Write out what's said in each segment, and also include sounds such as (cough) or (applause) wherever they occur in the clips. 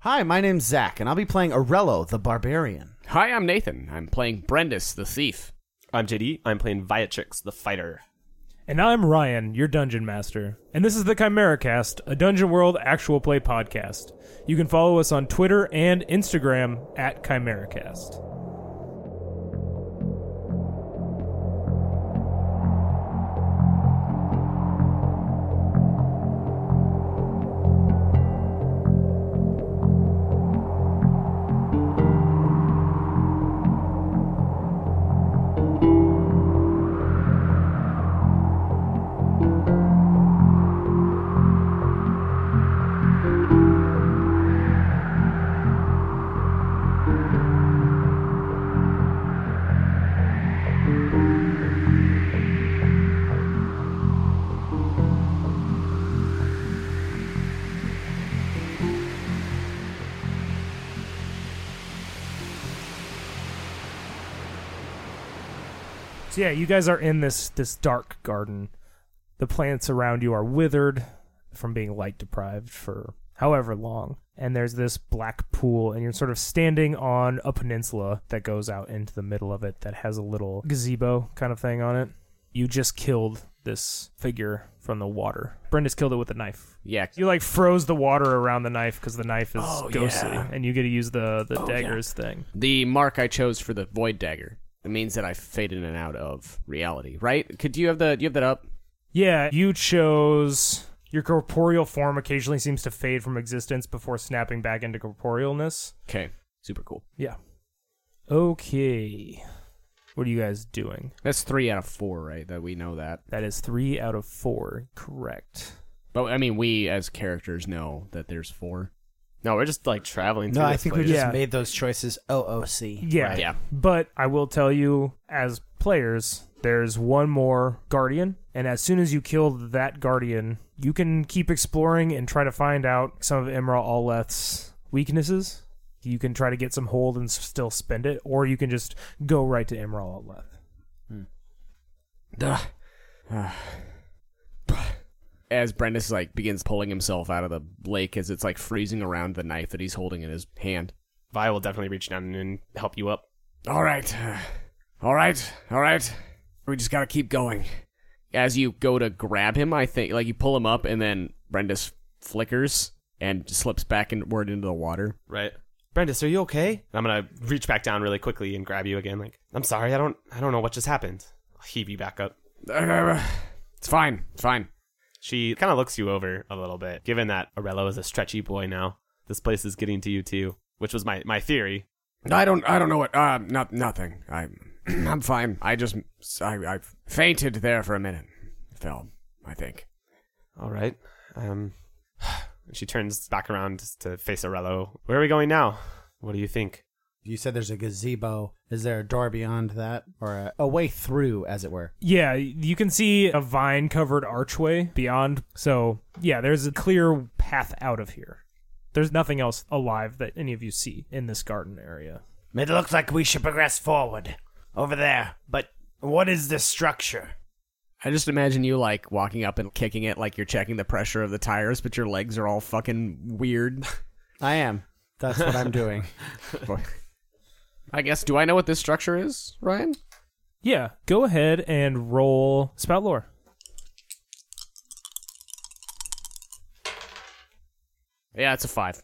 Hi, my name's Zach, and I'll be playing Arello the Barbarian. Hi, I'm Nathan. I'm playing Brendis the thief. I'm JD. I'm playing Viatrix, the fighter. And I'm Ryan, your dungeon master. And this is the Chimera Cast, a Dungeon World actual play podcast. You can follow us on Twitter and Instagram at ChimeraCast. So yeah, you guys are in this this dark garden. The plants around you are withered from being light deprived for however long. And there's this black pool, and you're sort of standing on a peninsula that goes out into the middle of it that has a little gazebo kind of thing on it. You just killed this figure from the water. Brenda's killed it with a knife. Yeah. You like froze the water around the knife because the knife is Oh, ghostly, yeah. Oh, and you get to use the the daggers thing. The mark I chose for the void dagger. It means that I fade in and out of reality, right? Could do you have the do you have that up? Yeah, you chose your corporeal form occasionally seems to fade from existence before snapping back into corporealness. Okay. Super cool. Yeah. Okay. What are you guys doing? That's three out of four, right? That we know that. That is three out of four. Correct. But I mean we as characters know that there's four. No, we're just like traveling. Through No, I this think we place. just Yeah. made those choices OOC. Yeah. Right. Yeah. But I will tell you, as players, there's one more guardian, and as soon as you kill that guardian, you can keep exploring and try to find out some of Imra Alleth's weaknesses. You can try to get some hold and s- still spend it, or you can just go right to Imra Alleth. Duh. (sighs) As Brendis like begins pulling himself out of the lake as it's like freezing around the knife that he's holding in his hand. Vi will definitely reach down and help you up. All right. All right. All right. We just got to keep going. As you go to grab him, I think, like, you pull him up, and then Brendis flickers and slips backward into the water. Right. Brendis, are you okay? And I'm gonna reach back down really quickly and grab you again. Like, I'm sorry, I don't, I don't know what just happened. I'll heave you back up. It's fine. It's fine. She kind of looks you over a little bit, given that Arello is a stretchy boy now. This place is getting to you too, which was my my theory. I don't, I don't know what, uh, not, nothing. I, (clears throat) I'm fine. I just, I, I fainted there for a minute. Fell, I think. All right. Um, (sighs) she turns back around to face Arello. Where are we going now? What do you think? You said there's a gazebo. Is there a door beyond that, or a, a way through, as it were? Yeah, you can see a vine covered archway beyond. So, yeah, there's a clear path out of here. There's nothing else alive that any of you see in this garden area. It looks like we should progress forward over there, but what is this structure? I just imagine you like walking up and kicking it like you're checking the pressure of the tires, but your legs are all fucking weird. (laughs) I am. That's what (laughs) I'm doing. I guess. Do I know what this structure is, Ryan? Yeah, go ahead and roll spout lore. Yeah, it's a five.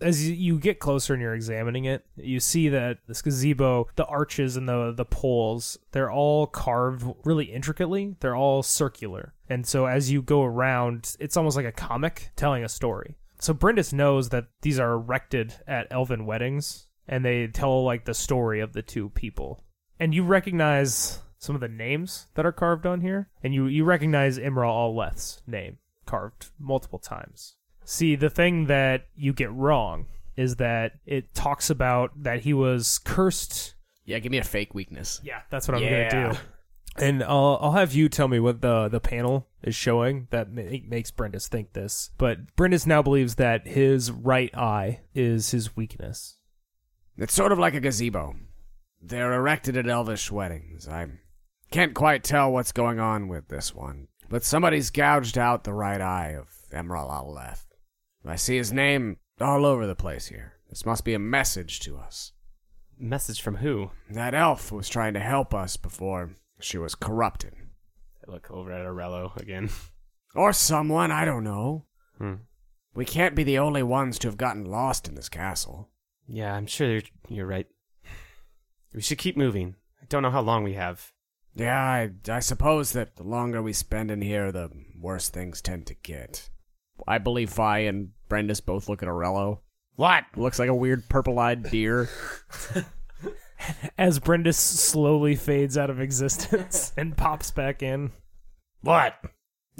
As you- you get closer and you're examining it, you see that this gazebo, the arches and the the poles, they're all carved really intricately. They're all circular, and so as you go around, it's almost like a comic telling a story. So Brindis knows that these are erected at elven weddings, and they tell like the story of the two people. And you recognize some of the names that are carved on here, and you you recognize Imra Alleth's name carved multiple times. See, the thing that you get wrong is that it talks about that he was cursed. Yeah, give me a fake weakness. Yeah, that's what I'm Yeah. gonna do. And I'll I'll have you tell me what the the panel is showing that ma- makes Brendis think this. But Brendis now believes that his right eye is his weakness. It's sort of like a gazebo. They're erected at elvish weddings. I can't quite tell what's going on with this one, but somebody's gouged out the right eye of Emerald Aleph. I see his name all over the place here. This must be a message to us. Message from who? That elf was trying to help us before she was corrupted. I look over at Arello again. Or someone, I don't know. Hmm. We can't be the only ones to have gotten lost in this castle. Yeah, I'm sure you're, you're right. We should keep moving. I don't know how long we have. Yeah, I, I suppose that the longer we spend in here, the worse things tend to get. I believe Vi and Brendis both look at Arello. What? Looks like a weird purple eyed deer. As Brendis slowly fades out of existence and pops back in. What?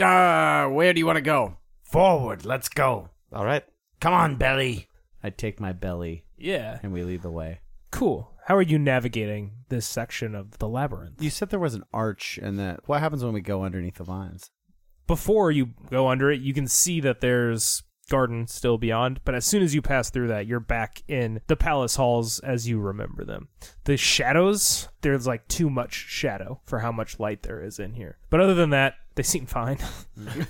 Uh, where do you want to go? Forward, let's go. All right. Come on, Belly. I take my belly Yeah. and we lead the way. Cool. How are you navigating this section of the labyrinth? You said there was an arch and that. What happens when we go underneath the vines? before you go under it, you can see that there's garden still beyond, but as soon as you pass through that, you're back in the palace halls as you remember them. The shadows, there's like too much shadow for how much light there is in here. But other than that, they seem fine. (laughs)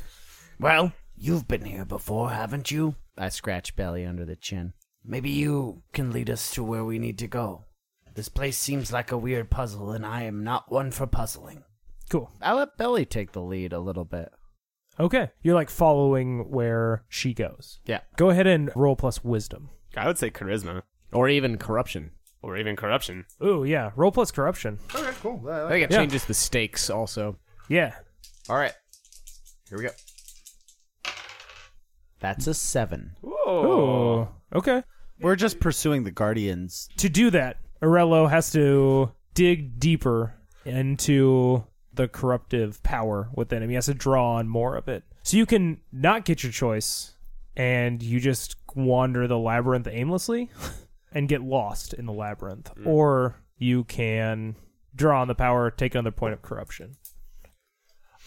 Well, you've been here before, haven't you? I scratch belly under the chin. Maybe you can lead us to where we need to go. This place seems like a weird puzzle, and I am not one for puzzling. cool. I let belly take the lead a little bit. Okay. You're like following where she goes. Yeah. Go ahead and roll plus wisdom. I would say charisma Or even corruption. or even corruption. Ooh, yeah. Roll plus corruption. Uh, I think it Yeah. changes the stakes also. Yeah. All right. Here we go. That's a seven. Ooh. Okay. We're just pursuing the guardians. to do that, Arello has to dig deeper into the corruptive power within him. He has to draw on more of it. So you can not get your choice and you just wander the labyrinth aimlessly (laughs) and get lost in the labyrinth. Or you can draw on the power, take another point of corruption.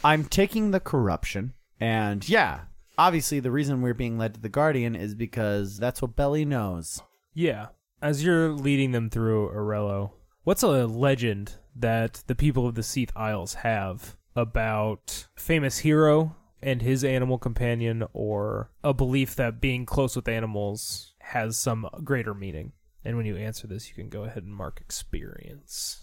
I'm taking the corruption, and yeah, obviously the reason we're being led to the guardian is because that's what Belly knows. Yeah. As you're leading them through Arello, what's a legend that the people of the Seath Isles have about famous hero and his animal companion or a belief that being close with animals has some greater meaning? And when you answer this, you can go ahead and mark experience.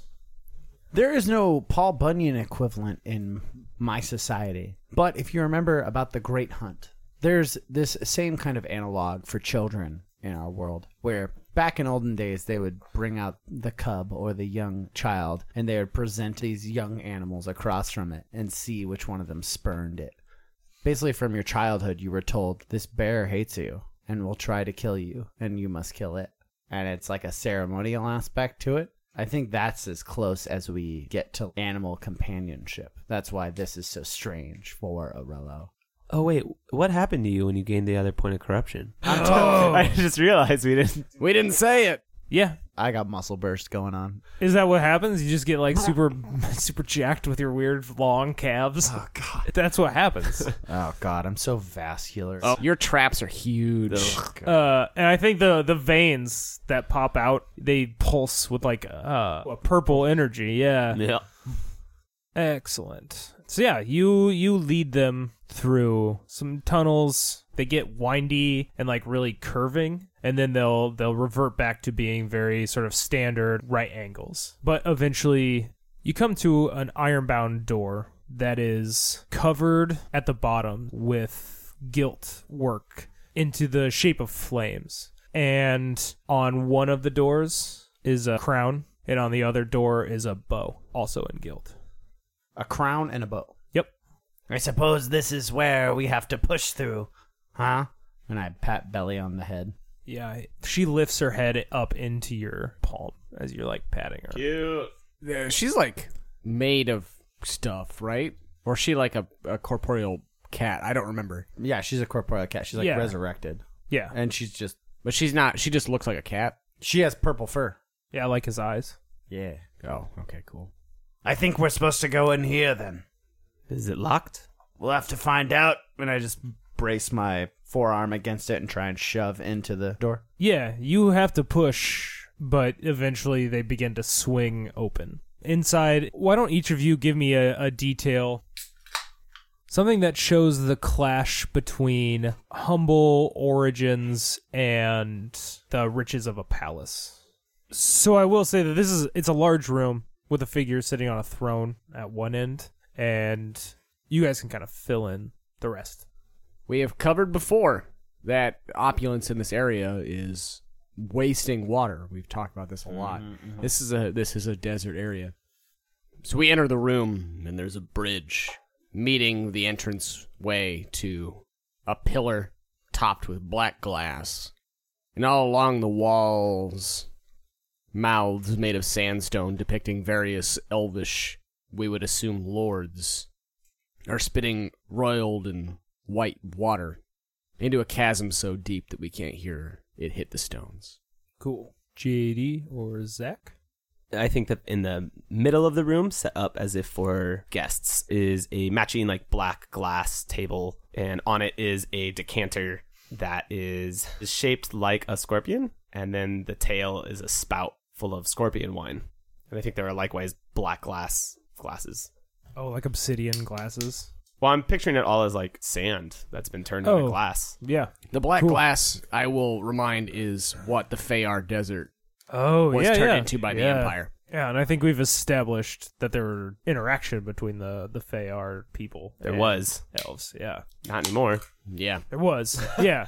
There is no Paul Bunyan equivalent in my society. But if you remember about the Great Hunt, there's this same kind of analog for children in our world where back in olden days they would bring out the cub or the young child and they would present these young animals across from it and see which one of them spurned it. Basically, from your childhood, you were told this bear hates you and will try to kill you, and you must kill it. And it's like a ceremonial aspect to it. I think that's as close as we get to animal companionship. That's why this is so strange for Arello. Oh wait, what happened to you when you gained the other point of corruption? Oh. (laughs) I just realized we didn't. We didn't say it. Yeah. I got muscle burst going on. Is that what happens? You just get like super (laughs) super jacked with your weird long calves. Oh god. That's what happens. Oh god, I'm so vascular. Oh. Your traps are huge. Uh, and I think the the veins that pop out they pulse with like uh, a purple energy. Yeah, Yeah. excellent. So yeah, you you lead them through some tunnels. They get windy and like really curving, and then they'll they'll revert back to being very sort of standard right angles. But eventually, you come to an ironbound door that is covered at the bottom with gilt work into the shape of flames. And on one of the doors is a crown, and on the other door is a bow, also in gilt. A crown and a bow. Yep. I suppose this is where we have to push through, huh? And I pat Belly on the head. Yeah. I- She lifts her head up into your palm as you're like patting her. Cute. Uh, she's like made of stuff, right? Or is she like a, a corporeal cat? I don't remember. Yeah, she's a corporeal cat. She's like Yeah. resurrected. Yeah. And she's just But she's not. She just looks like a cat. she has purple fur. Yeah, I like his eyes. Yeah. Oh, okay, cool. I think we're supposed to go in here then. (laughs) Is it locked? We'll have to find out. And I just brace my forearm against it and try and shove into the door. Yeah, you have to push, but eventually they begin to swing open. Inside, why don't each of you give me a, a detail? something that shows the clash between humble origins and the riches of a palace. So I will say that this is it's a large room with a figure sitting on a throne at one end and you guys can kind of fill in the rest. We have covered before that opulence in this area is wasting water. We've talked about this a lot. This is a this is a desert area. So we enter the room and there's a bridge meeting the entrance way to a pillar topped with black glass. And all along the walls mouths made of sandstone depicting various elvish we would assume lords are spitting roiled and white water into a chasm so deep that we can't hear it hit the stones. Cool. JD or Zach? I think that in the middle of the room, set up as if for guests, is a matching like black glass table, and on it is a decanter that is shaped like a scorpion, and then the tail is a spout full of scorpion wine. And I think there are likewise black glass glasses. Oh, like obsidian glasses. Well, I'm picturing it all as like sand that's been turned into Oh. glass. Yeah. The black Cool. glass, I will remind, is what the Fayar Desert Oh, was yeah, turned yeah. into by the Yeah. Empire. Yeah, and I think we've established that there were interaction between the the Feyar people. There and was. elves. Yeah, Not anymore. Yeah. there was. Yeah,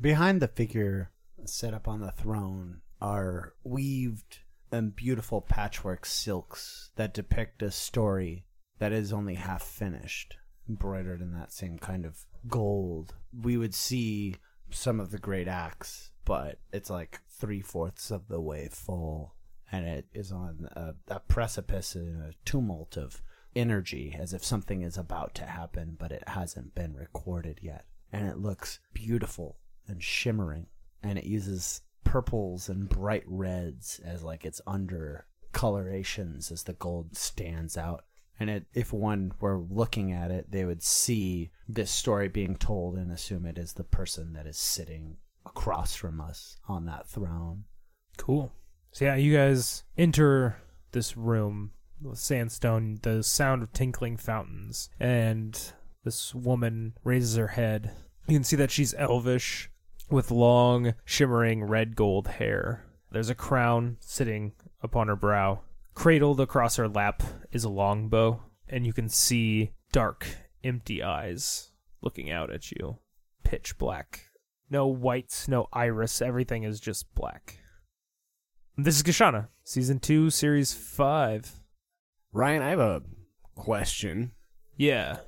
Behind the figure set up on the throne are weaved and beautiful patchwork silks that depict a story that is only half finished, embroidered in that same kind of gold. We would see some of the great acts, but it's like three fourths of the way full, and it is on a, a precipice and a tumult of energy as if something is about to happen, but it hasn't been recorded yet and it looks beautiful and shimmering and it uses purples and bright reds as like its under colorations as the gold stands out and it, if one were looking at it they would see this story being told and assume it is the person that is sitting across from us on that throne cool. So yeah, you guys enter this room, with sandstone, the sound of tinkling fountains, and this woman raises her head. You can see that she's elvish, with long, shimmering red gold hair. There's a crown sitting upon her brow. Cradled across her lap is a longbow, and you can see dark, empty eyes looking out at you. Pitch black. No whites, no iris, everything is just black. This is Kashana, season two, series five. Ryan, I have a question. Yeah.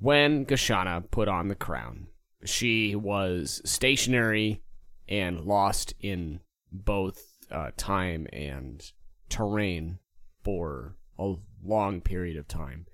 When Gashana put on the crown, she was stationary and lost in both uh, time and terrain for a long period of time.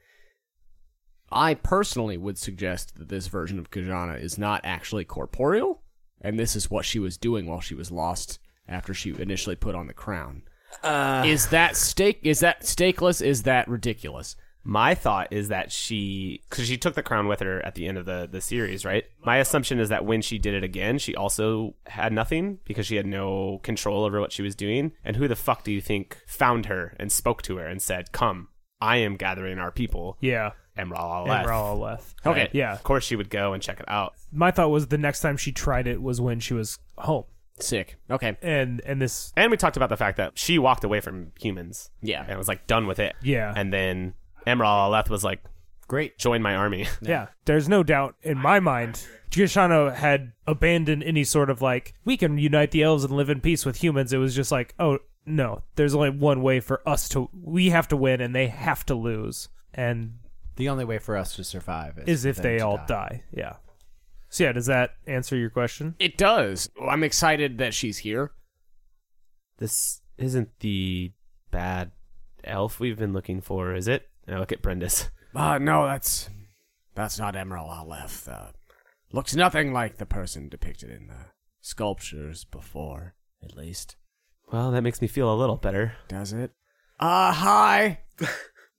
I personally would suggest that this version of Kajana is not actually corporeal, and this is what she was doing while she was lost after she initially put on the crown. is that stake? Is that stakeless? Is that ridiculous? My thought is that she, because she took the crown with her at the end of the, the series, right? My assumption is that when she did it again, she also had nothing because she had no control over what she was doing. And who the fuck do you think found her and spoke to her and said, Come, I am gathering our people, Yeah. Emral And Aleph? Ralaleth. Okay. Yeah. Of course, she would go and check it out. My thought was the next time she tried it was when she was home. Sick. Okay. And and this And we talked about the fact that she walked away from humans Yeah. and was like done with it. Yeah. And then Emral Aleph was like, great Join my army. (laughs) yeah. There's no doubt in my mind Kashana had abandoned any sort of like we can unite the elves and live in peace with humans. It was just like, oh no, there's only one way for us to we have to win and they have to lose. And the only way for us to survive is, is if for them they to all die. Yeah. So yeah, does that answer your question? It does. I'm excited that she's here. this isn't the bad elf we've been looking for, is it? And I look at Brendis. Uh, no, that's that's not Emerald Aleph. Uh, looks nothing like the person depicted in the sculptures before, at least. Well, that makes me feel a little better. Does it? Uh, hi.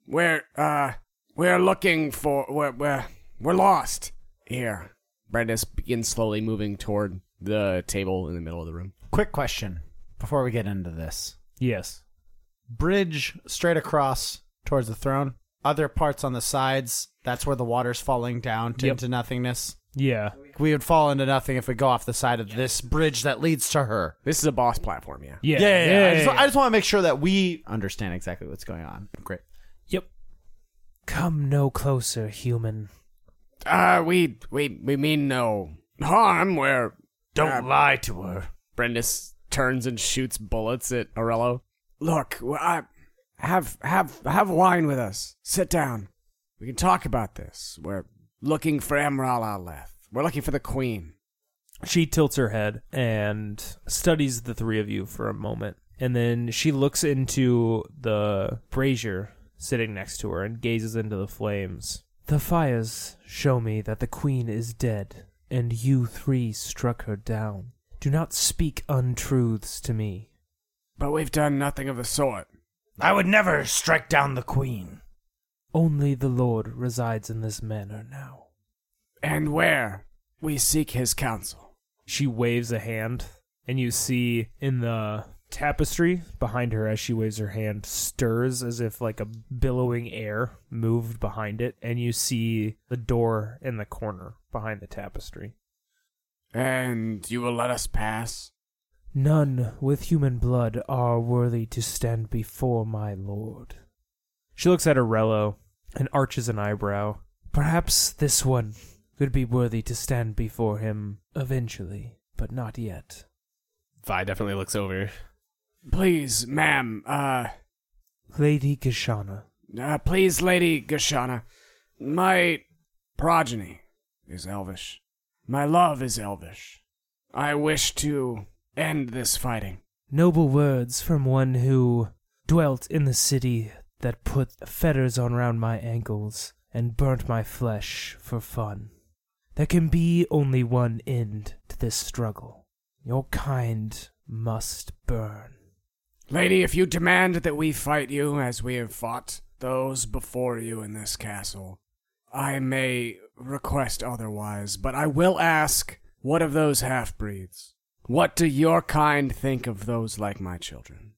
we're uh, we're looking for we're we're, we're lost here. Brandis begins slowly moving toward the table in the middle of the room. quick question before we get into this Yes. bridge straight across towards the throne. Other parts on the sides That's where the water's falling down to, Yep. into nothingness. Yeah. We would fall into nothing if we go off the side of this bridge that leads to her. This is a boss platform, yeah. Yeah. I just, want to make sure that we understand exactly what's going on. Great. Yep. Come no closer, human. Uh, we we we mean no harm. Where uh, Don't lie to her. Brendis turns and shoots bullets at Arello. Look, w- I have have have wine with us. Sit down. We can talk about this. We're looking for Emerald Aleth. We're looking for the Queen. She tilts her head and studies the three of you for a moment. And then she looks into the brazier sitting next to her and gazes into the flames. The fires show me that the queen is dead, and you three struck her down. Do not speak untruths to me. But we've done nothing of the sort. I would never strike down the queen. Only the Lord resides in this manor now. And where we seek his counsel. she waves a hand and you see in the tapestry behind her as she waves her hand stirs as if like a billowing air moved behind it and you see the door in the corner behind the tapestry And you will let us pass. none with human blood are worthy to stand before my lord she looks at arello and arches an eyebrow perhaps this one could be worthy to stand before him eventually but not yet Vi definitely looks over. Please, ma'am. Uh, lady kishana Uh, please, Lady Gashana, my progeny is elvish. My love is elvish. I wish to end this fighting. Noble words from one who dwelt in the city that put fetters on round my ankles and burnt my flesh for fun. There can be only one end to this struggle. Your kind must burn. Lady, if you demand that we fight you as we have fought those before you in this castle, I may request otherwise, but I will ask what of those half breeds? What do your kind think of those like my children?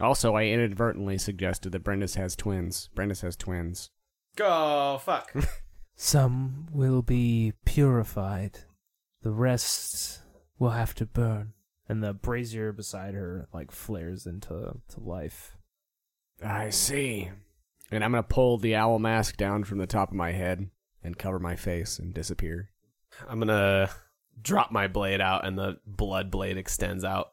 Also, I inadvertently suggested that Brendis has twins. Brendis has twins. Go fuck. Some will be purified, the rest will have to burn. And the brazier beside her like flares into to life. I see. And I'm gonna pull the owl mask down from the top of my head and cover my face and disappear. (laughs) I'm gonna drop my blade out, and the blood blade extends out.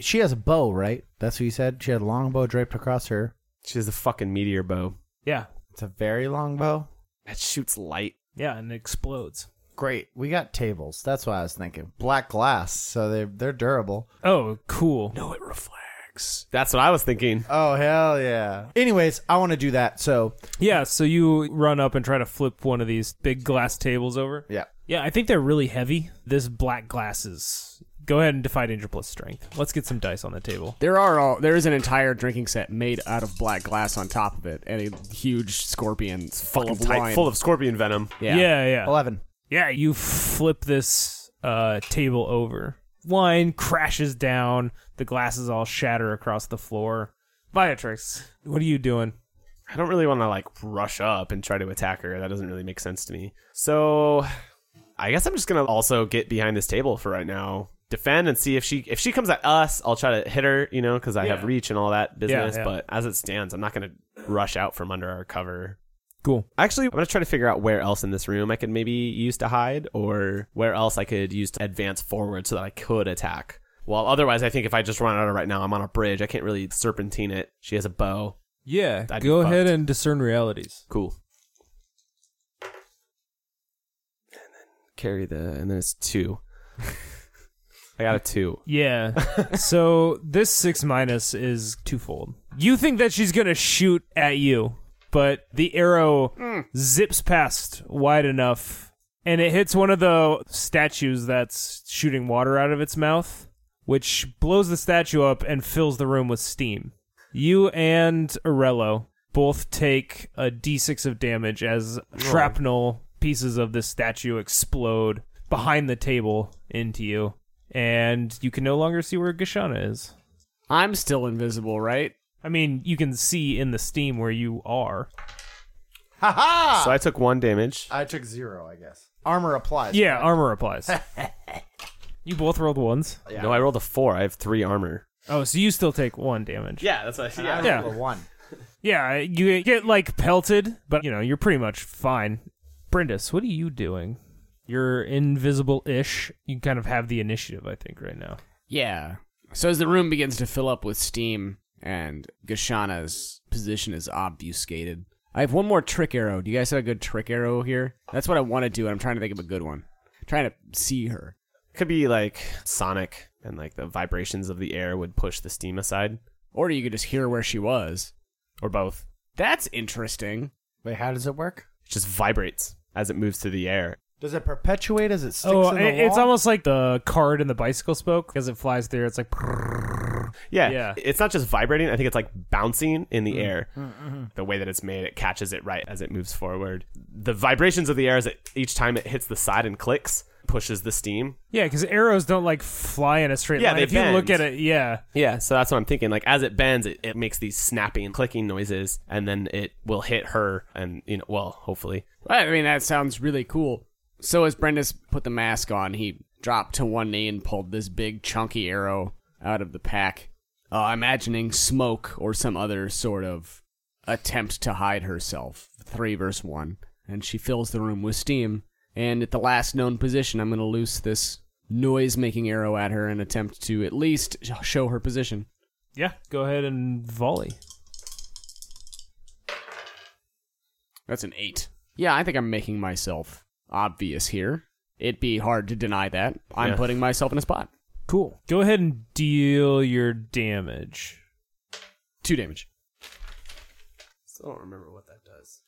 She has a bow, right? That's what you said. She had a long bow draped across her. She has a fucking meteor bow Yeah, It's a very long bow. that shoots light. yeah, and it explodes. Great. We got tables. That's what I was thinking. Black glass, so they're they're durable. Oh, cool. No, it reflects. That's what I was thinking. Oh hell yeah. Anyways, I want to do that. So Yeah, so you run up and try to flip one of these big glass tables over. yeah. Yeah, I think they're really heavy. This black glass is. Go ahead and defy danger plus strength. Let's get some dice on the table. There are all, there is an entire drinking set made out of black glass on top of it, and a huge scorpion full Fucking of tight, wine. full of scorpion venom. yeah. yeah, yeah. Eleven. Yeah, you flip this uh, table over. Wine crashes down. The glasses all shatter across the floor. Viatrix, what are you doing? I don't really want to like rush up and try to attack her. That doesn't really make sense to me. So I guess I'm just gonna also get behind this table for right now, defend and see if she if she comes at us. I'll try to hit her, you know, because I have Yeah. reach and all that business. yeah. But as it stands, I'm not gonna rush out from under our cover. Cool. Actually, I'm gonna try to figure out where else in this room I could maybe use to hide, or where else I could use to advance forward so that I could attack. Well, otherwise, I think if I just run out of right now, I'm on a bridge. I can't really serpentine it. She has a bow. Yeah, That'd be go ahead fucked. and discern realities. Cool. Carry the and then it's two. (laughs) I got a two. Yeah. so this six minus is twofold. You think that she's gonna shoot at you, but the arrow zips past wide enough, and it hits one of the statues that's shooting water out of its mouth, which blows the statue up and fills the room with steam. You and Arello both take a d6 of damage as shrapnel pieces of this statue explode behind the table into you, and you can no longer see where Gashana is. I'm still invisible, right? I mean, you can see in the steam where you are. Ha ha! So I took one damage. I took zero, I guess. Armor applies. Yeah, armor applies. you both rolled ones. Yeah. No, I rolled a four. I have three armor. Oh, so you still take one damage. Yeah, that's what I I Yeah. rolled a one. Yeah, you get like pelted, but you know, you're pretty much fine. Brindis, what are you doing? You're invisible ish. You kind of have the initiative, I think, right now. Yeah. So as the room begins to fill up with steam and Gashana's position is obfuscated, I have one more trick arrow. Do you guys have a good trick arrow here? That's what I want to do, and I'm trying to think of a good one. trying to see her. Could be like sonic, and like the vibrations of the air would push the steam aside, Or you could just hear where she was. or both. That's interesting. Wait, how does it work? It just vibrates as it moves through the air. Does it perpetuate as it sticks oh, in it- the it's wall? almost like the card in the bicycle spoke as it flies there. It's like (laughs) Yeah, Mm-hmm. Yeah. It's not just vibrating. I think it's like bouncing in the air. The way that it's made, it catches it right as it moves forward. The vibrations of the air as it, each time it hits the side and clicks pushes the steam. yeah, because arrows don't like fly in a straight Yeah, line. they if you look at bend. it, yeah, Yeah, so that's what I'm thinking. Like as it bends, it, it makes these snapping, clicking noises, and then it will hit her, and you know, well, hopefully, Well, I mean, that sounds really cool. So as Brenda's put the mask on, he dropped to one knee and pulled this big chunky arrow out of the pack. Uh, imagining smoke or some other sort of attempt to hide herself. Three verse one. And she fills the room with steam. And at the last known position, I'm going to loose this noise making arrow at her and attempt to at least sh- show her position. yeah. Go ahead and volley. That's an eight. Yeah, I think I'm making myself obvious here. It'd be hard to deny that. I'm Yeah. putting myself in a spot. Cool. Go ahead and deal your damage. Two damage. still don't remember what that does.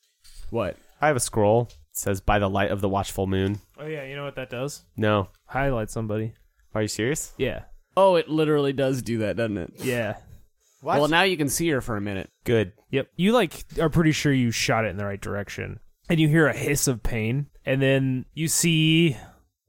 What? I have a scroll. It says, "By the light of the watchful moon." Oh yeah, you know what that does? No, Highlight somebody. are you serious? Yeah, Oh, it literally does do that, doesn't it? yeah. What? Well, now you can see her for a minute. Good. Yep. You like are pretty sure you shot it in the right direction. And you hear a hiss of pain, and then you see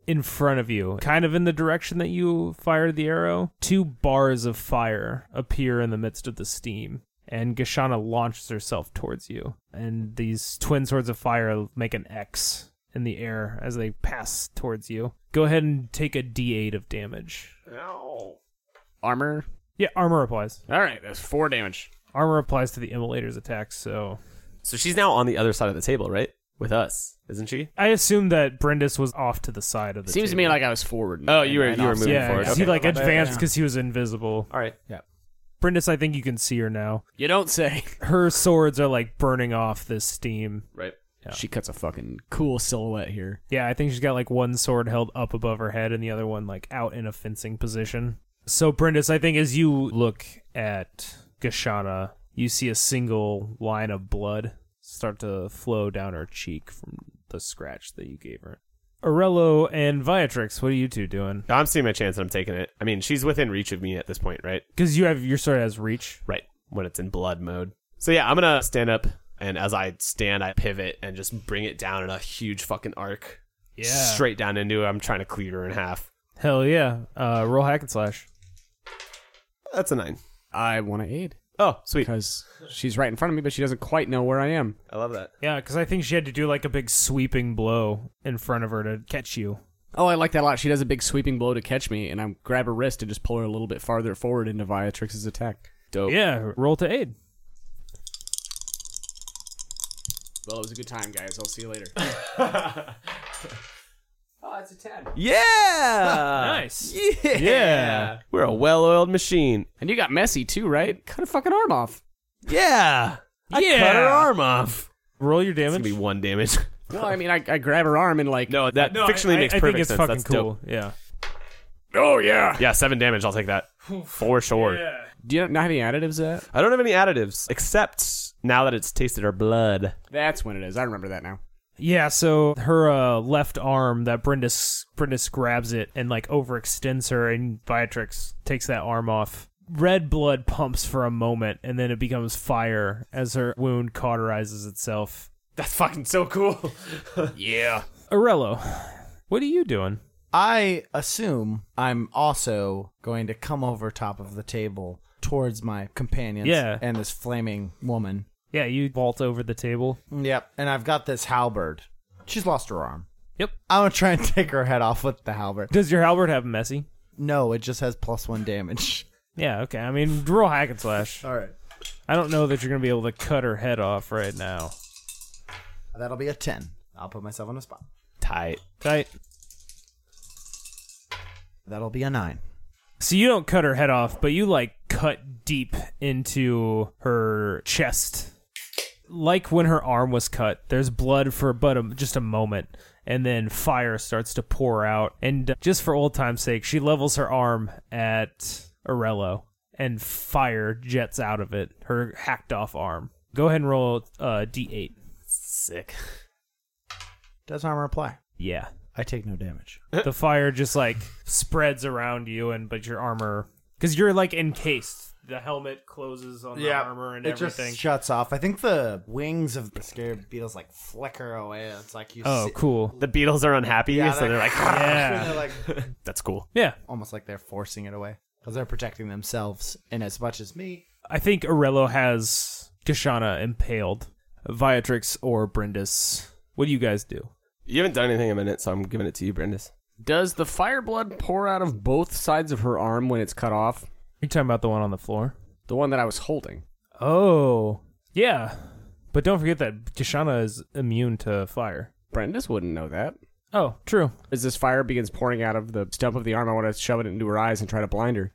in front of you, kind of in the direction that you fired the arrow, two bars of fire appear in the midst of the steam. And Gashana launches herself towards you. And these twin swords of fire make an X in the air as they pass towards you. Go ahead and take a D8 of damage. Armor. Yeah, armor applies. All right, that's four damage. Armor applies to the immolator's attack, so So she's now on the other side of the table, right? With us, isn't she? I assume that Brendis was off to the side of the. Seems to table. me like I was forward. and- Oh, you were- and you were off- moving yeah, forward. 'cause he Okay. like advanced because he was invisible. All right. Brendis, I think you can see her now. You don't say. Her swords are like burning off this steam. Right. She cuts a fucking cool silhouette here. Yeah, I think she's got like one sword held up above her head and the other one like out in a fencing position. So Brendis, I think as you look at Gashana, you see a single line of blood start to flow down her cheek from the scratch that you gave her. Arello and Viatrix, what are you two doing? Oh, I'm seeing my chance and I'm taking it. I mean, she's within reach of me at this point, right? Because you have your sword has reach. Right. When it's in blood mode. So yeah, I'm gonna stand up and as I stand I pivot and just bring it down in a huge fucking arc. Yeah. Straight down into her. I'm trying to clear her in half. Hell yeah. Uh, roll hack and slash. That's a nine. I want to aid Oh, sweet. because she's right in front of me, but she doesn't quite know where I am. I love that. Yeah, because I think she had to do like a big sweeping blow in front of her to catch you. Oh, I like that a lot. She does a big sweeping blow to catch me, and I grab her wrist and just pull her a little bit farther forward into Viatrix's attack. Dope. Yeah, roll to aid. Well, it was a good time, guys. I'll see you (laughs) later. oh, it's a ten. Yeah. (laughs) nice. Yeah. Yeah. We're a well oiled machine. And you got messy too, right? Cut a fucking arm off. Yeah. I Yeah. cut her arm off. Roll your It's gonna damage. be one damage. (laughs) Well, I mean, I, I grab her arm and like. no, that No, I- fictionally I- makes I perfect think it's sense. fucking That's cool. dope. Yeah. Oh yeah. Yeah, seven damage, I'll take (sighs) that. For sure. Do you not have any additives? To that I don't have any additives, except now that it's tasted her blood. that's when it is. I remember that now. Yeah, so her uh, left arm that Brindis Brindis grabs it and like overextends her and Viatrix takes that arm off. Red blood pumps for a moment and then it becomes fire as her wound cauterizes itself. That's fucking (laughs) so cool. Arello, what are you doing? I assume I'm also going to come over top of the table towards my companions Yeah. and this flaming woman. Yeah, you vault over the table. Yep. And I've got this halberd. She's lost her arm. Yep. I'm gonna try and (laughs) take her head off with the halberd. Does your halberd have messy? No, it just has plus one damage. Yeah, okay. I mean, real hack and slash. All right. I don't know that you're going to be able to cut her head off right now. That'll be a ten. I'll put myself on a spot. Tight. Tight. That'll be a nine. So you don't cut her head off, but you like cut deep into her chest. Like when her arm was cut, there's blood for but a, just a moment, and then fire starts to pour out. And just for old time's sake, she levels her arm at Arello, and fire jets out of it, her hacked off arm. Go ahead and roll uh, d8. Sick. Does armor apply? Yeah. I take no damage. the fire just like spreads around you and but your armor because you're like encased the helmet closes on the armor and it everything just shuts off. I think the wings of the scarab beetles like flicker away. It's like you. oh see- cool The Beatles are unhappy, Yeah, so they're, like, "Ah." (laughs) yeah They're like that's cool. yeah almost like they're forcing it away because they're protecting themselves. And as much as me, i think Arello has kashana impaled viatrix or brindis what do you guys do You haven't done anything in a minute, so I'm giving it to you, Brandis. Does the fire blood pour out of both sides of her arm when it's cut off? you're talking about the one on the floor The one that I was holding. oh yeah but don't forget that kashana is immune to fire Brenda's wouldn't know that. oh true As this fire begins pouring out of the stump of the arm, I want to shove it into her eyes and try to blind her.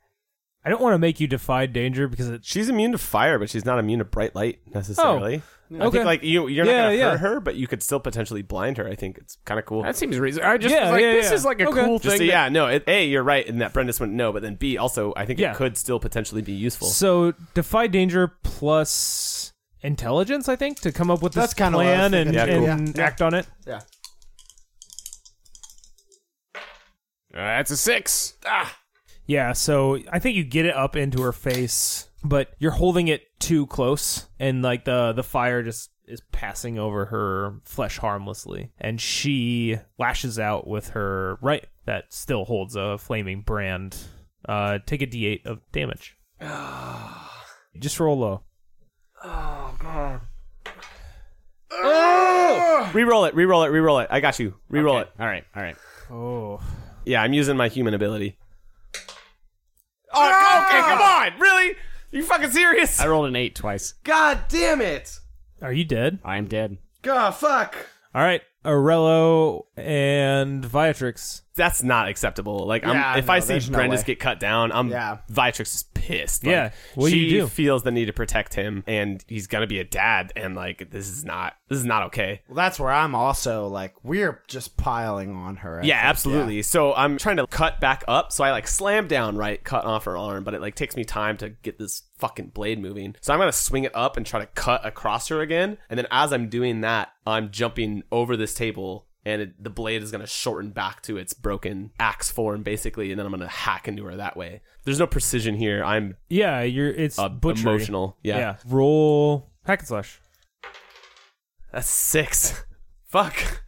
i don't want to make you defy danger because it She's immune to fire, but she's not immune to bright light necessarily. I okay. think like you, you're Yeah, not gonna yeah. hurt her, but you could still potentially blind her. I think it's kind of cool. That seems reasonable. I just Yeah, was like, yeah, this yeah. is like a Okay. cool Just thing. that- so, yeah, no. It, a, you're right in that Brendis wouldn't know, but then B, also, I think Yeah. it could still potentially be useful. So defy danger plus intelligence, I think, to come up with this That's kinda what I was plan and, thinking. Yeah, cool. and act on it. yeah, Uh, that's a six. Ah. Yeah. So I think you get it up into her face, but you're holding it too close, and like the the fire just is passing over her flesh harmlessly, and she lashes out with her right that still holds a flaming brand. Uh, take a d8 of (gasps) damage. Just roll low. Reroll it, reroll it, reroll it. I got you. Reroll Okay. All right, all right. Oh. it. Yeah, I'm using my human ability. Ah, Ah! Okay, come on, really? You fucking serious? I rolled an eight twice. God damn it! Are you dead? I am dead. God fuck. All right, Arello and Viatrix. That's not acceptable. Like, Yeah, I'm, if no, I see there's no Brendis way. get cut down, I'm Yeah. Viatrix is pissed. Like, Yeah, what do she you do? feels the need to protect him, and he's gonna be a dad, and like, this is not, this is not okay. well, that's where I'm also like we're just piling on her. I Yeah, think. absolutely. So I'm trying to cut back up. So I like slam down right, cut off her arm, but it like takes me time to get this fucking blade moving. So I'm gonna swing it up and try to cut across her again. And then as I'm doing that, I'm jumping over this table. And it, the blade is going to shorten back to its broken axe form, basically, and then I'm going to hack into her that way. There's no precision here. I'm Yeah, you're it's uh, butchery. emotional. Yeah. roll hack and slash. That's six. (laughs) Fuck.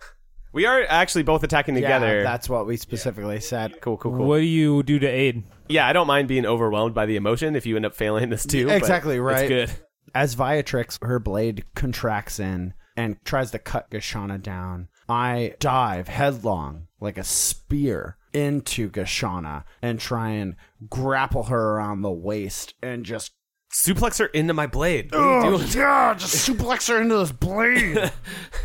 We are actually both attacking together. Yeah, that's what we specifically said. cool, cool, cool. What do you do to aid? yeah, I don't mind being overwhelmed by the emotion if you end up failing this too. but exactly, right. It's good. As Viatrix, her blade contracts in and tries to cut Gashana down. I dive headlong like a spear into Gashana and try and grapple her around the waist and just Suplex her into my blade. What are you oh, doing? (laughs) yeah, just suplex her into this blade.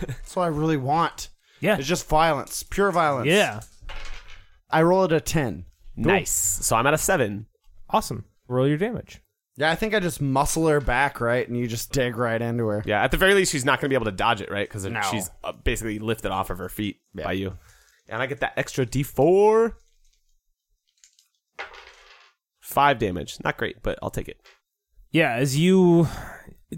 That's what I really want. Yeah, It's just violence, pure violence. yeah, I roll it a ten. Nice. So I'm at a seven. awesome. Roll your damage. Yeah, I think I just muscle her back, right, and you just dig right into her. Yeah. At the very least, she's not going to be able to dodge it, right? Because No. she's uh, basically lifted off of her feet by you. And I get that extra D4. Five damage. Not great, but I'll take it. Yeah, as you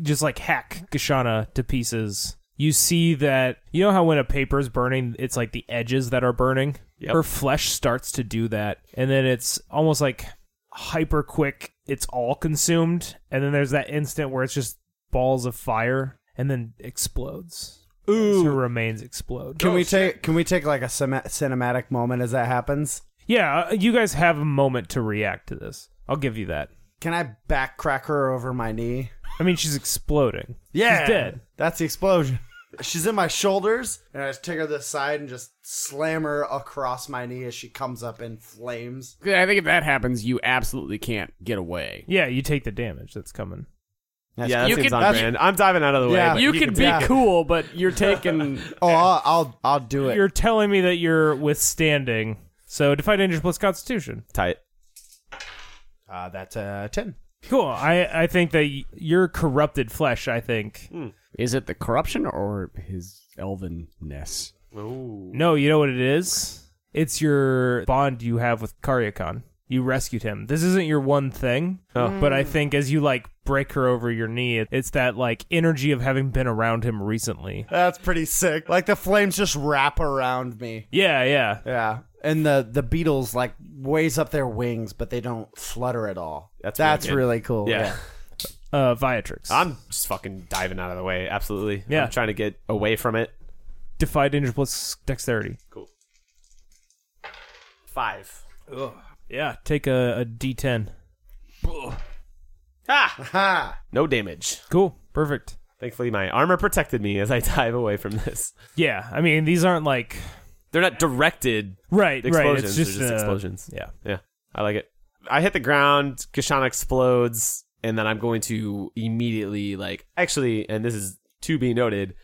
just like hack Gashana to pieces, you see that you know how when a paper is burning, it's like the edges that are burning. Yep. Her flesh starts to do that, and then it's almost like hyper quick. It's all consumed, and then there's that instant where it's just balls of fire, and then explodes. Ooh, her remains explode. Can we take? Can we take like a cima- cinematic moment as that happens? Yeah, uh, you guys have a moment to react to this. I'll give you that. Can I backcrack her over my knee? I mean, she's exploding. Yeah. She's dead. That's the explosion. She's in my shoulders, and I just take her to the side and just slam her across my knee as she comes up in flames. I think if that happens, you absolutely can't get away. Yeah, you take the damage that's coming. yeah, that You seems can- on that's- brand. I'm diving out of the way. Yeah. but You can be Yeah. cool, but you're (laughs) taking. Oh, I'll I'll, I'll do it. You're telling me that you're withstanding. So defy danger plus Constitution. tight. uh, that's a ten. Cool. I I think that y- your corrupted flesh. I think. Is it the corruption or his elvenness? No, you know what it is? It's your bond you have with Karyakon. You rescued him. This isn't your one thing, but I think as you like break her over your knee, it- it's that like energy of having been around him recently. That's pretty sick. Like the flames just wrap around me. Yeah, yeah. Yeah, and the the beetles like raise up their wings, but they don't flutter at all. That's that's really good. really cool. Yeah. Uh, Viatrix. I'm just fucking diving out of the way. Absolutely. Yeah. I'm trying to get away from it. Defy danger plus dexterity. Five. Yeah, take a, a D10. Ah! (laughs) Ha! No damage. Cool. Perfect. Thankfully, my armor protected me as I (laughs) dive away from this. Yeah, I mean these aren't like They're not directed right, right. explosions. It's They're just, just uh, explosions. Yeah. Yeah, I like it. I hit the ground. Kashana explodes, and then I'm going to immediately like actually, and this is to be noted.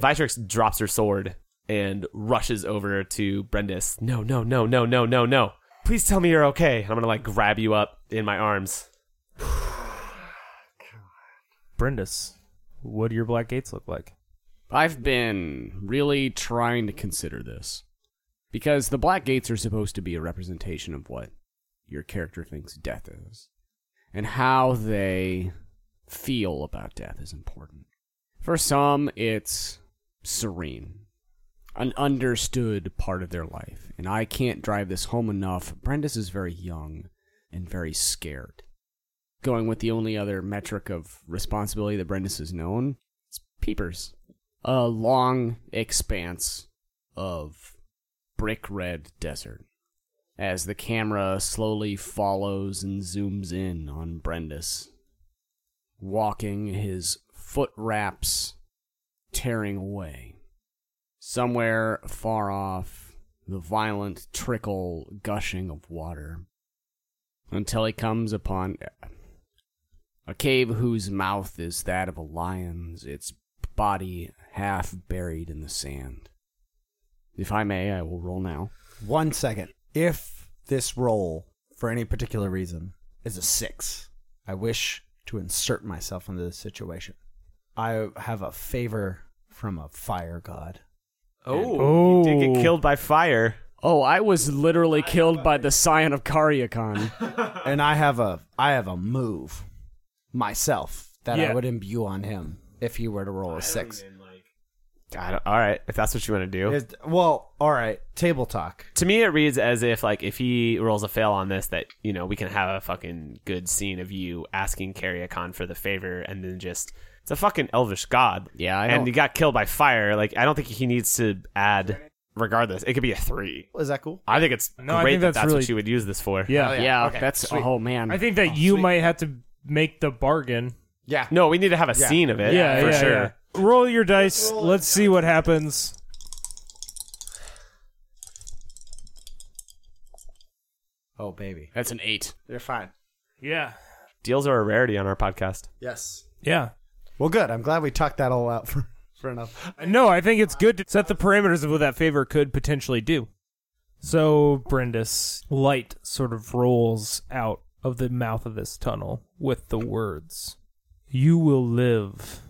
Vitrix drops her sword and rushes over to Brendis. No, no, no, no, no, no, no. Please tell me you're okay. I'm gonna like grab you up in my arms. Brindis, what do your black gates look like? I've been really trying to consider this because the black gates are supposed to be a representation of what your character thinks death is and how they feel about death is important. For some, it's serene, an understood part of their life. And I can't drive this home enough. Brendis is very young and very scared. Going with the only other metric of responsibility that Brendis has known, it's peepers a long expanse of brick red desert as the camera slowly follows and zooms in on Brendis, walking his foot wraps tearing away. Somewhere far off, the violent trickle gushing of water until he comes upon a cave whose mouth is that of a lion's, its body half buried in the sand. If I may, I will roll now. One second. If this roll, for any particular reason, is a six, I wish to insert myself into this situation. I have a favor from a fire god. Oh, you did get killed by fire. Oh, I was literally killed by the scion of Karyakon. (laughs) And I have a I have a move myself that I Yeah. would imbue on him if he were to roll a six. I don't- all right, if that's what you want to do. Is- well, all right, table talk. to me it reads as if like if he rolls a fail on this that you know we can have a fucking good scene of you asking Karyakon for the favor and then just it's a fucking elvish god Yeah, I and don't- he got killed by fire like i don't think he needs to add regardless it could be a three Is that cool? i think it's No, I great think that that's that's, really- what you would use this for Yeah. yeah, that's oh man. I think that you might have to make the bargain. Yeah. no we need to have a scene of it Yeah, for yeah, sure yeah. Roll your dice. Let's see what happens. Oh baby, that's an eight. you're fine. Yeah. deals are a rarity on our podcast Yes. Yeah. Well, good. I'm glad we talked that all out (laughs) for, for enough. No, I think it's good to set the parameters of what that favor could potentially do. So, Brendis, light sort of rolls out of the mouth of this tunnel with the words You will live,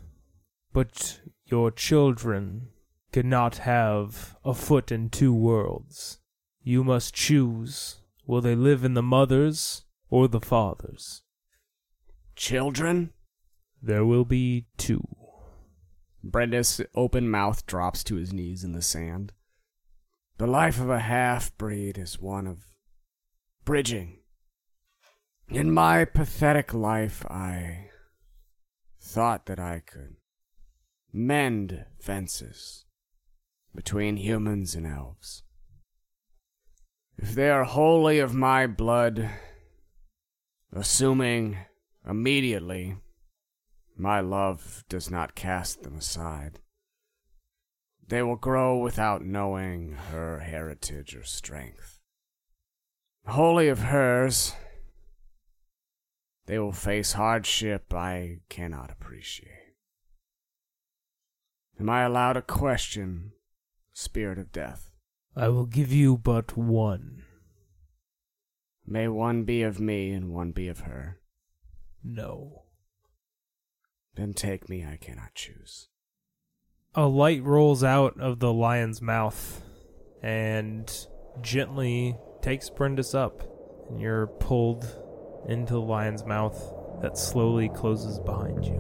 but your children cannot have a foot in two worlds. You must choose will they live in the mother's or the father's? Children? There will be two. Brenda's open mouth drops to his knees in the sand. The life of a half breed is one of bridging. In my pathetic life, I thought that I could mend fences between humans and elves. If they are wholly of my blood, assuming immediately My love does not cast them aside. They will grow without knowing her heritage or strength. Wholly of hers, they will face hardship I cannot appreciate. Am I allowed a question, Spirit of Death? I will give you but one. May one be of me and one be of her. No. Then take me, I cannot choose. A light rolls out of the lion's mouth and gently takes Brendis up. And you're pulled into the lion's mouth that slowly closes behind you.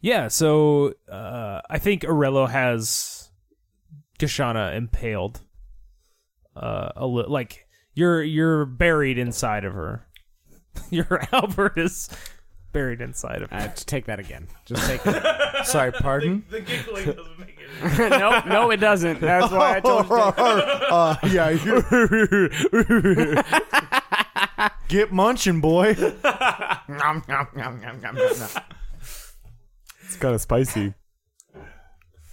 Yeah, so uh, I think Arello has Kashana impaled. Uh, a li- like you're you're buried inside of her. (laughs) Your Albert is buried inside of her. I have to take that again. Just take it. Sorry, pardon. The giggling doesn't make it. nope, no, it doesn't. That's why I told you. uh, yeah, you (laughs) get munching, boy. It's kind of spicy.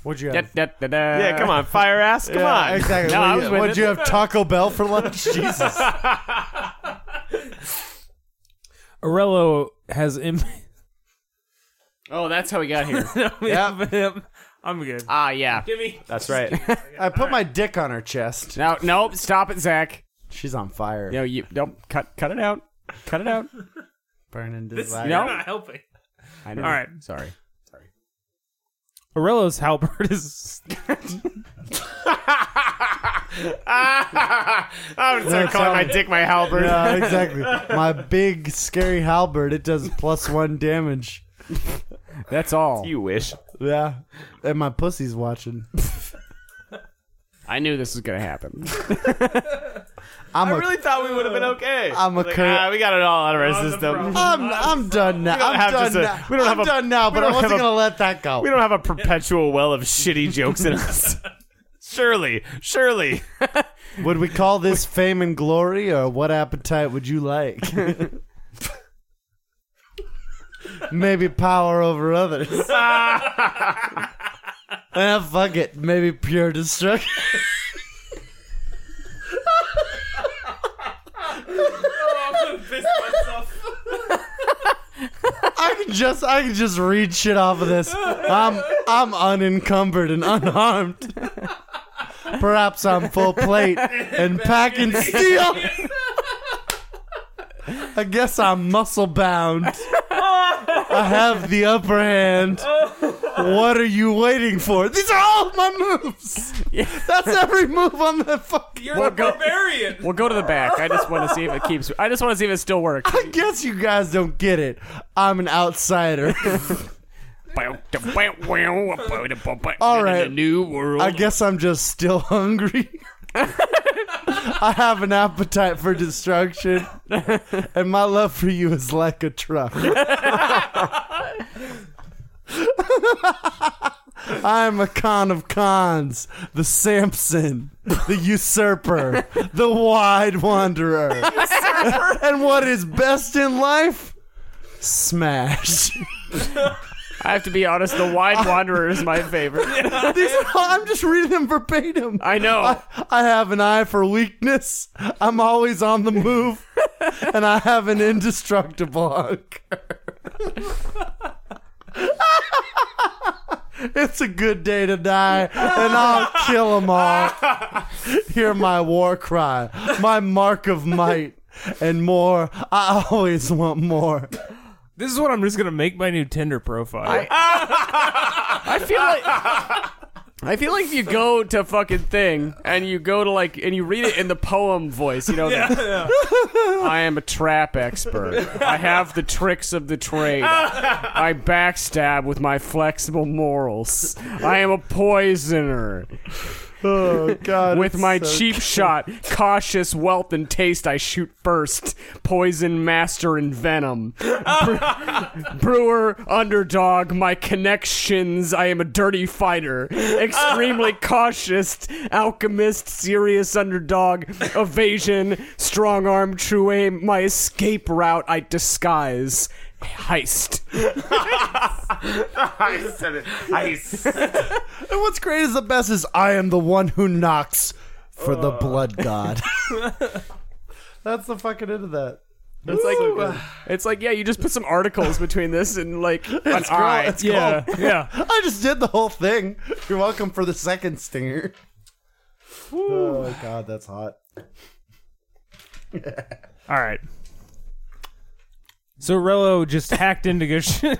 What'd you have? Da, da, da, da. (laughs) yeah, come on, fire ass, come Yeah, on. exactly. No, I What'd you- was with what'd it. you have? Taco Bell for (laughs) lunch? Jesus. Arello has im- (laughs) Oh, that's how we got (laughs) here. him. (laughs) I'm good. ah, yeah. Give me. That's right. I put my dick on her chest. No, nope. Stop it, Zach. She's on fire. No, you don't cut. Cut it out. Cut it out. Burning desire. No. helping. I know. All right. Sorry. Arello's halberd is (laughs) I'm gonna start calling my dick my halberd. Yeah, (laughs) exactly. My big scary halberd. It does plus one damage. That's all. you wish. Yeah, and my pussy's watching. I knew this was gonna happen. I'm I a Uh, really thought we would have been okay. I'm a Like, cur- ah, we got it all out of our system. I'm, I'm done now. don't I'm have done just a- now. we don't I'm have a- done now, we but don't I wasn't have a- going to let that go. (laughs) We don't have a perpetual well of shitty jokes in (laughs) us. surely, surely. Would we call this fame and glory, or what appetite would you (laughs) like? maybe power over (laughs) others. Ah, fuck it. Maybe pure destruction. I can just I can just read shit off of this. I'm I'm unencumbered and unharmed. Perhaps I'm full plate and packing steel. I guess I'm muscle bound. I have the upper hand. What are you waiting for? These are all of my moves. That's every move on the fucking. (laughs) you're the barbarian. We'll go to the back. I just want to see if it keeps. I just want to see if it still (laughs) works. I guess you guys don't get it. I'm an outsider. All right. In the new world. I guess I'm just still (laughs) hungry. I have an appetite for destruction, and my love for you is like a truck. I am a con of cons, the Samson, the usurper, the wide wanderer. and what is best in life? Smash. I have to be honest. The Wide Wanderer is my favorite. These are, I'm just reading them verbatim. I know. I, I have an eye for weakness. I'm always on the move, and I have an indestructible hunker. (laughs) it's a good day to die, and I'll kill 'em all. Hear my war cry, my mark of might. and more. I always want more. This is what I'm just gonna make my new Tinder profile. I feel (laughs) like I feel like if you go to fucking thing and you go to like and you read it in the poem voice, you know. the- I am a trap expert. I have the tricks of the trade. I backstab with my flexible morals. I am a poisoner. Oh God! With it's my so- cheap shot, cautious wealth and taste, I shoot first. Poison master and venom. (laughs) Bre- brewer, underdog, my connections. I am a dirty fighter. (laughs) Extremely cautious, alchemist, serious underdog, evasion, strong arm, true aim. My escape route, I disguise. Heist. I said it. (laughs) Ice. And what's great is the best is I am the one who knocks for the (laughs) blood god. Uh. That's the fucking end of that. It's like, it's like, yeah, you just put some articles between this and like an eye. it's yeah, cool. yeah. I just did the whole thing. You're welcome for the second stinger. Oh god, that's hot. All right. So Rello just hacked into Gush. (laughs) I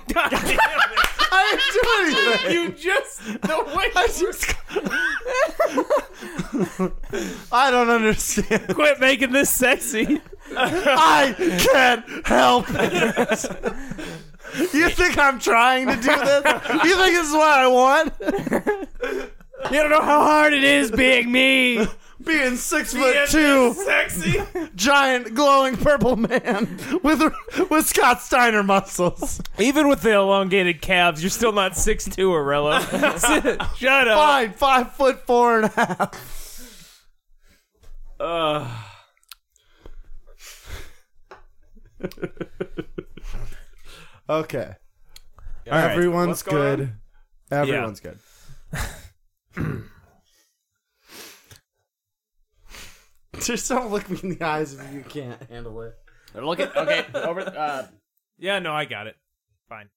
didn't do anything. You just the (laughs) way I just- I don't understand. Quit making this sexy. I can't help it. You think I'm trying to do this? You think this is what I want? You don't know how hard it is being me. Being six foot two, Sexy. giant glowing purple man with with Scott Steiner muscles. Even with the elongated calves, you're still not six two, Rello. (laughs) Shut up. Fine, five foot four and a half. Okay. Everyone's good. Everyone's good. (clears throat) Just don't look me in the eyes if you can't handle it. Look at okay over. Uh, Yeah, no, I got it. Fine.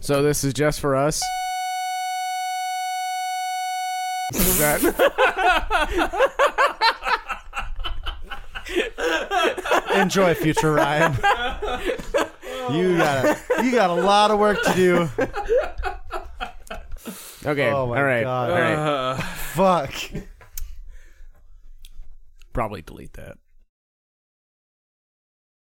so this is just for us. Is that- Enjoy, future Ryan. you got you got a lot of work to do. okay. Oh my all right. God. All right. Fuck. Probably delete that.